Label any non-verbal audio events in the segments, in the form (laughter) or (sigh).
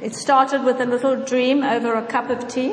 It started with a little dream over a cup of tea,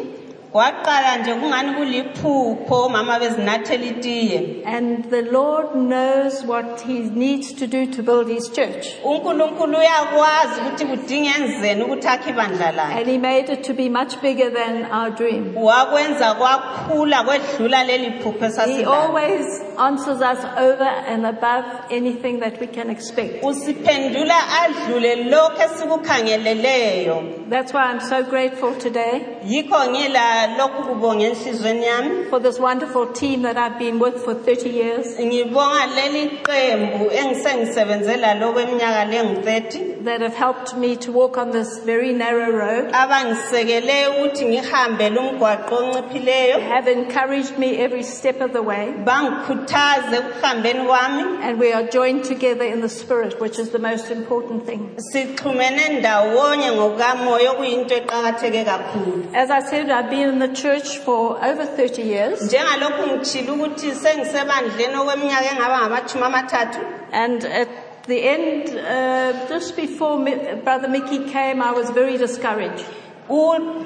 kwaqala nje kungani kuliphupho omama bezinathela itiye and the Lord knows what He needs to do to build His church. unkulunkulu uyakwazi ukuthi kudingenzeni ukuthi akhe ibandla lakhe And He made it to be much bigger than our dream. wakwenza kwakhula kwedlula leli phupho He esasilalo always answers us over and above anything that we can expect. usiphendula adlule lokho esikukhangeleleyo That's why I'm so grateful today yikho ngila lokhu kubonga enhlizweni yami for this wonderful team that I've been with for 30 years ngibonga leli qembu engisengisebenze lalo kweminyaka lengu-30 that have helped me to walk on this very narrow road, abangisekele ukuthi ngihambele umgwaqo onciphileyo have encouraged me every step of the way, bangikhuthaze ekuhambeni kwami and we are joined together in the Spirit, which is the most important thing. sixhumene ndawonye ngokukamoya okuyinto eqakatheke kakhulu As I said, I've been in the church for over 30 years, njengalokhu ngitshile ukuthi sengisebandleni okweminyaka engaba ngamathumi amathathu and at the end, uh, just before Mi- Brother Mickey came, I was very discouraged.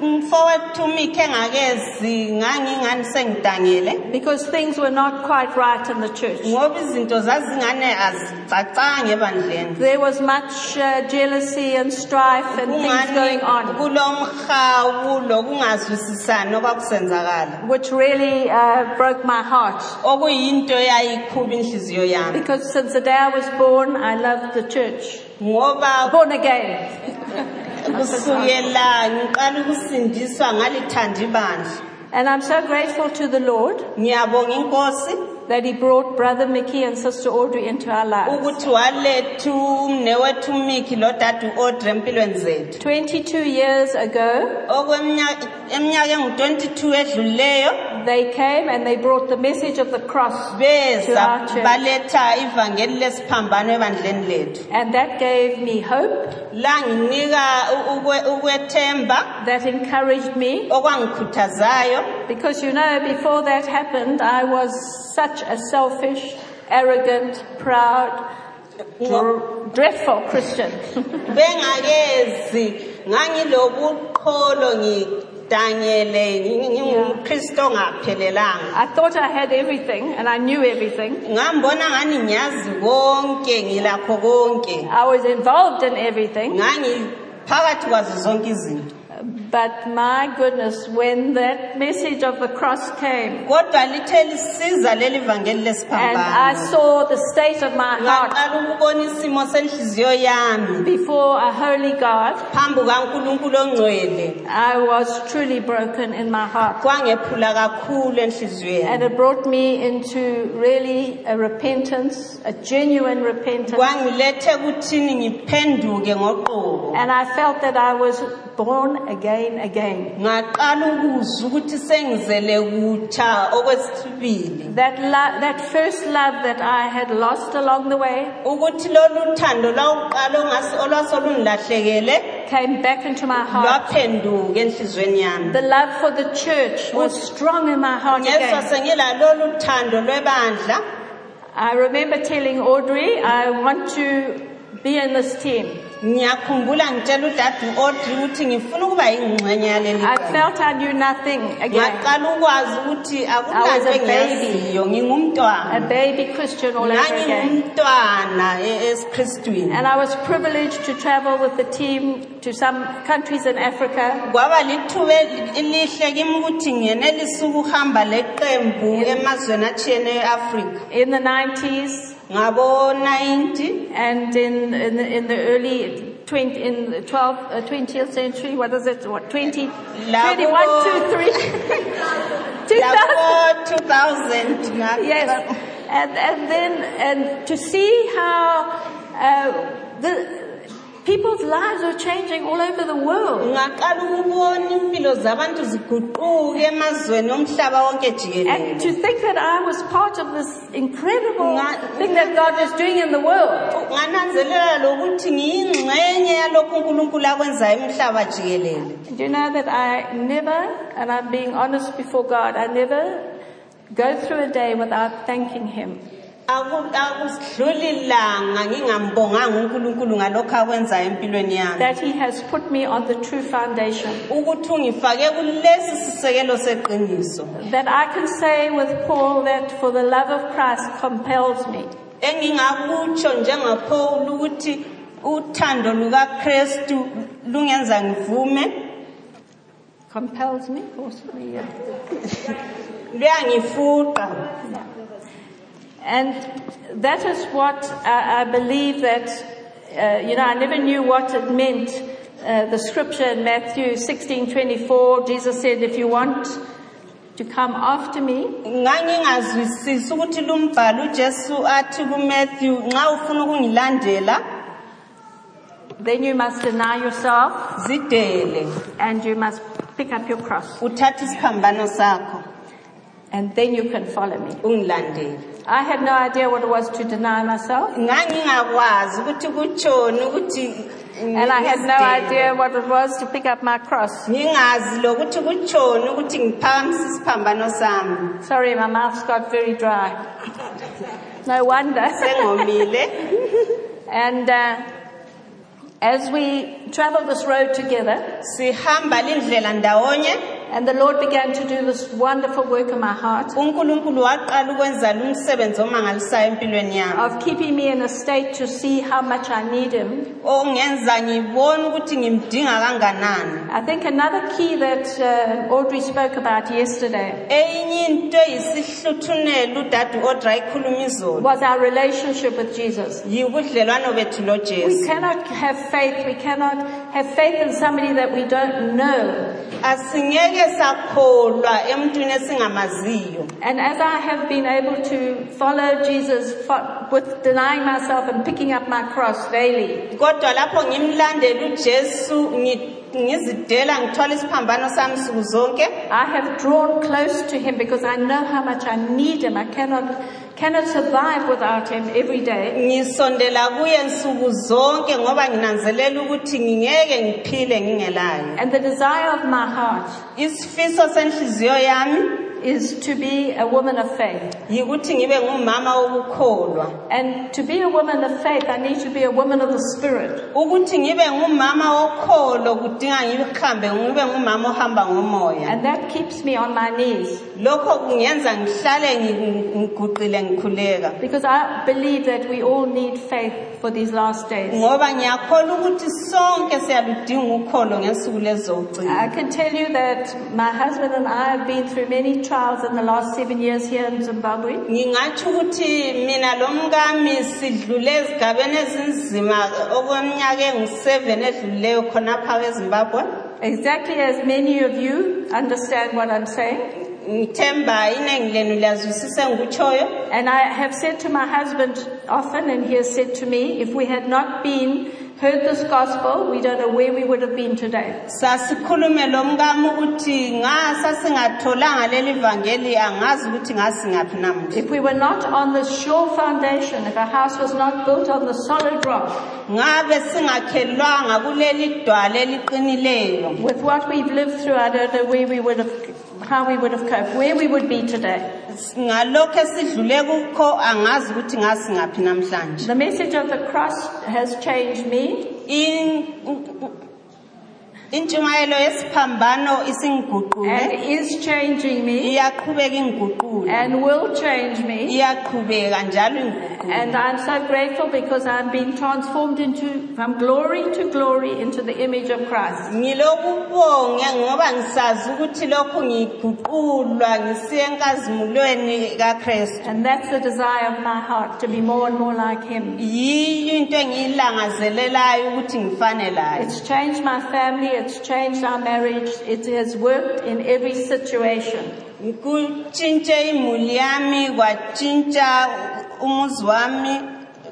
umfowethu mikhe engakezi ngangingani sengidangele Because things were not quite right in the church. ngoba izinto zazingane azicacanga ebandleni There was much uh, jealousy and strife and things going on, kulomhawu lokungazwisisani okwakusenzakala which really uh, broke my heart. okuyinto eyayikhuba inhliziyo yami Because since the day I was born, I loved the church. ngoba Born again. kusukela ngiqala ukusindiswa ngalithanda ibandla And I'm so grateful to the Lord ngiyabonga inkosi that He brought Brother Mickey and Sister Audrey into our lives. ukuthi waletha umnewethu umikhi lodade u-odre empilweni zethu 22 years ago, okweminyaka eminyaka engu-22 edlulileyo they came and they brought the message of the cross. beza To our church. baletha ivangeli lesiphambano ebandleni lethu And that gave me hope, langinika u- ukwe- ukwethemba that encouraged me. okwangikhuthazayo Because you know, before that happened, I was such a selfish, arrogant, proud, dr- dreadful Christian. (laughs) bengakezi ngangilobuqholo ngidangele ngi- ngingumkristu ongaphelelanga I thought I had everything and I knew everything. ngambona ngani ngiyazi konke ngilakho konke I was involved in everything. ngangiphakathi kwazo zonke izinto But my goodness, when that message of the cross came kodwa lithe lisiza leli vangeli and I lesiphambano saw the state of my heart ngaqala ukubona isimo senhliziyo yami before a holy God, phambi kankulunkulu ongcwele I was truly broken in my heart. kwangephula kakhulu enhliziyweni And it brought me into really a repentance, a genuine repentance. kwangilethe kuthini ngiphenduke ngoqobo And I felt that I was born again, again. ngaqala ukuzwa ukuthi sengizele kutsha okwesibili That, lo- that first love that I had lost along the way ukuthi lolu thando lawuqala ongase- olwasolungilahlekele came back into my heart. lwaphenduka enhliziyweni yami The love for the church was strong in my heart ngezwa again. sengilalolu thando lwebandla I remember telling Audrey, I want to be in this team. ngiyakhumbula ngitshela udade u-audrey ukuthi ngifuna ukuba yingxenye yaleli I qembu. felt I knew nothing again. ngaqala ukwazi ukuthi was akulanto a baby. engiyaziyo ngingumntwana A baby Christian all over again. ngangingumntwana e- esikristwini And I was privileged to travel with the team to some countries in Africa. kwaba lithuba elihle kimi ukuthi ngenelise ukuhamba leqembu emazweni atshiyeneyo e-afrika In the 90s, ngabo-90 And in, in, the, in the early 20, in the 12, uh, 20th century, what is it? What, 20, 21, 2, 3, (laughs) 2000. labo-2000 Yes. And, and then, and to see how, uh, the, people's lives were changing all over the world. ngaqala ukubona impilo zabantu ziguquke emazweni omhlaba wonke And jikelele to think that I was part of this incredible Nga- thing that God was doing in the world. ngananzelela lokuthi ngiyingxenye yalokhu unkulunkulu akwenzayo umhlaba jikelele And you know that I never, and I'm being honest before God, I never go through a day without thanking Him. Aku- akusidluli langa ngingambonganga uNkulunkulu ngalokho akwenzayo empilweni yami that He has put me on the true foundation. ukuthi ungifake kulesi sisekelo seqiniso That I can say with Paul that for the love of Christ compels me. engingakutsho njengaPaul ukuthi uthando lukaKristu lungenza ngivume Compels me? Forces me, yeah. luyangifuqa Yeah. And that is what I, I believe that, uh, you know, I never knew what it meant. Uh, the scripture in Matthew 16, 24, Jesus said, if you want to come after me, ngangingazwisisi ukuthi lumbhalo uJesu athi kuMatthew nxa ufuna ukungilandela then you must deny yourself zidele and you must pick up your cross uthathe isiphambano sakho and then you can follow me. ungilandele I had no idea what it was to deny myself ngangingakwazi ukuthi kutshoni ukuthi and I had no ngizidele. idea what it was to pick up my cross. ngingazi lokuthi kutshoni ukuthi ngiphakamise isiphambano sami Sorry, my mouth's got very dry. No wonder. sengomile And uh, as we traveled this road together, sihamba lindlela ndawonye and the Lord began to do this wonderful work in my heart unkulunkulu waqala ukwenza lumsebenzi omangalisayo empilweni yami of keeping me in a state to see how much I need Him. ongenza ngibone ukuthi ngimdinga kanganani I think another key that uh, Audrey spoke about yesterday eyinye into eyisihluthunelo udade u-odra ikhuluma izolo was our relationship with Jesus. yibudlelwano bethu We lojesu cannot have faith, we cannot have faith in somebody that we don't know. asingeke sakholwa emntwini esingamaziyo And as I have been able to follow Jesus fo- with denying myself and picking up my cross daily, kodwa lapho ngimlandela ujesu ngi- ngizidela ngithwala isiphambano sami suku zonke I have drawn close to him because I know how much I need him. I cannot, cannot survive without him every day. ngisondela kuye nsuku zonke ngoba nginanzelela ukuthi ngingeke ngiphile ngingelayo And the desire of my heart isifiso senhliziyo yami is to be a woman of faith. yikuthi ngibe ngumama wokukholwa And to be a woman of faith, I need to be a woman of the spirit. ukuthi ngibe ngumama wokholo kudinga ngihambe ngibe ngumama ohamba ngomoya And that keeps me on my knees lokho kungenza ngihlale ngi- ngiguqile ngikhuleka because I believe that we all need faith for these last days. ngoba ngiyakholwa ukuthi sonke siyaludinga ukholo ngensuku I lezogcina can tell you that my husband and I have been through many trials in the last seven years here in Zimbabwe. ngingatsho ukuthi mina lomkami sidlule ezigabeni ezinzima okweminyaka engu-seven edlulileyo khonapha ezimbabwe Exactly as many of you understand what I'm saying. ngithemba iningi lenu liyazwisisa engikutshoyo And I have said to my husband often, and he has said to me, if we had not been heard this gospel, we don't know where we would have been today. sasikhulume lomkami ukuthi nga sasingatholanga leli vangeli angazi ukuthi ngasingaphi namhla If we were not on the sure foundation, if our house was not built on the solid rock, ngabe singakhelwanga kuleli dwala eliqinileyo with what we've lived through, I don't know where we would have, how we would have coped, where we would be today. ngalokho esidlule kukho angazi ukuthi ngasingaphi namhlanje The message of the cross has changed me. In- intshumayelo yesiphambano isingiguqule And is changing me iyaqhubeka ingiguqule and will change me. iyaqhubeka njalo ingiguqule And I'm so grateful because I'm being transformed into, from glory to glory into the image of Christ. ngilokubonge ngoba ngisazi ukuthi lokhu ngiguqulwa ngisiye enkazimulweni kakristu And that's the desire of my heart, to be more and more like Him. yiyo into engiyilangazelelayo ukuthi ngifane layo It's changed my family, it's changed our marriage, it has worked in every situation. kutshintshe imuli yami kwatshintsha umuzi wami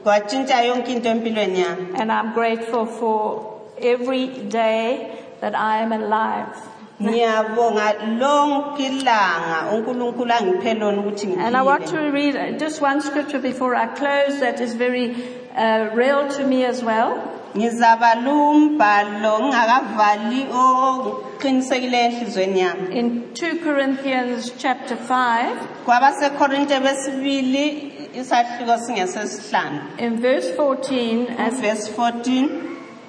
kwatshintsha yonke into empilweni yami And I'm grateful for every day that I am alive. ngiyabonga lonke ilanga unkulunkulu angiphe lona ukuthi And I want to ngiphile read uh, just one scripture before I close that is very uh, real to me as well. ngizabala umbhalo ngingakavali oqinisekileyo enhliziyweni yami In 2 Corinthians chapter 5, kwabasekorinte besibili isahluko singesesihlanu In verse 14, as, verse 14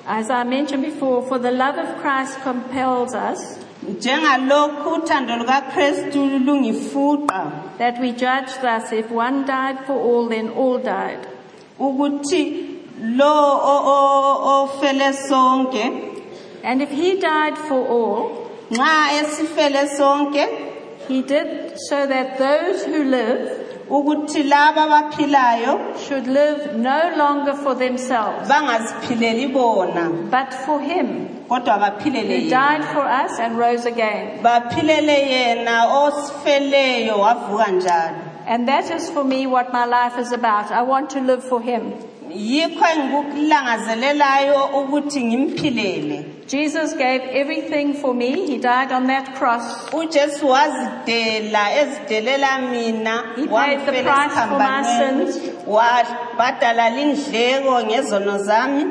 as I mentioned before, for the love of Christ compels us njengalokhu uthando lukakristu lungifuqa that we judge thus if one died for all, then all died. ukuthi lo o- o- ofele sonke And if he died for all, nxa esifele sonke he did so that those who live ukuthi laba abaphilayo should live no longer for themselves, bangaziphileli bona but for him kodwa baphilele who yena died for us and rose again. baphilele yena osifeleyo wavuka njalo And that is for me what my life is about. I want to live for him. yikho engikulangazelelayo ukuthi ngimphilele Jesus gave everything for me. He died on that cross. uJesu wazidela ezidelela mina He paid wangifela the price for my esiphambanweni. sins. wabhadala indleko ngezono zami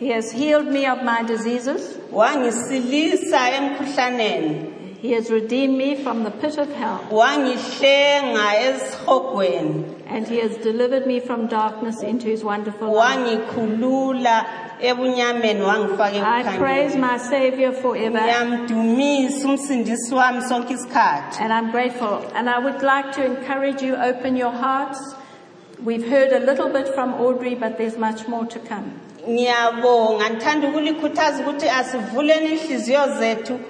He has healed me of my diseases. wangisilisa emkhuhlaneni He has redeemed me from the pit of hell. wangihlenga esihogweni And he has delivered me from darkness into his wonderful light. wangikhulula ebunyameni wangifaka I praise ekukhanyeni my Savior forever. ngiyamdumisa umsindisi wami sonke isikhathi And I'm grateful. And I would like to encourage you, open your hearts. We've heard a little bit from Audrey, but there's much more to come. ngiyabonga ngithanda ukulikhuthaza ukuthi asivuleni inhliziyo zethu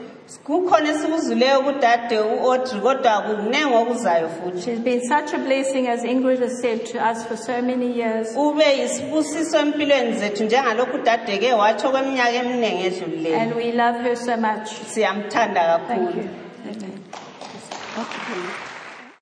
kukhona esikuzuleyo kudade u-audrey kodwa kukuningi okuzayo futhi She's been such a blessing, as Ingrid has said to us for so many years. ube yisibusiso empilweni zethu njengalokhu udadeke watsho kweminyaka eminingi edlulileyo And we love her so much. siyamthanda Thank kakhulu you. Amen.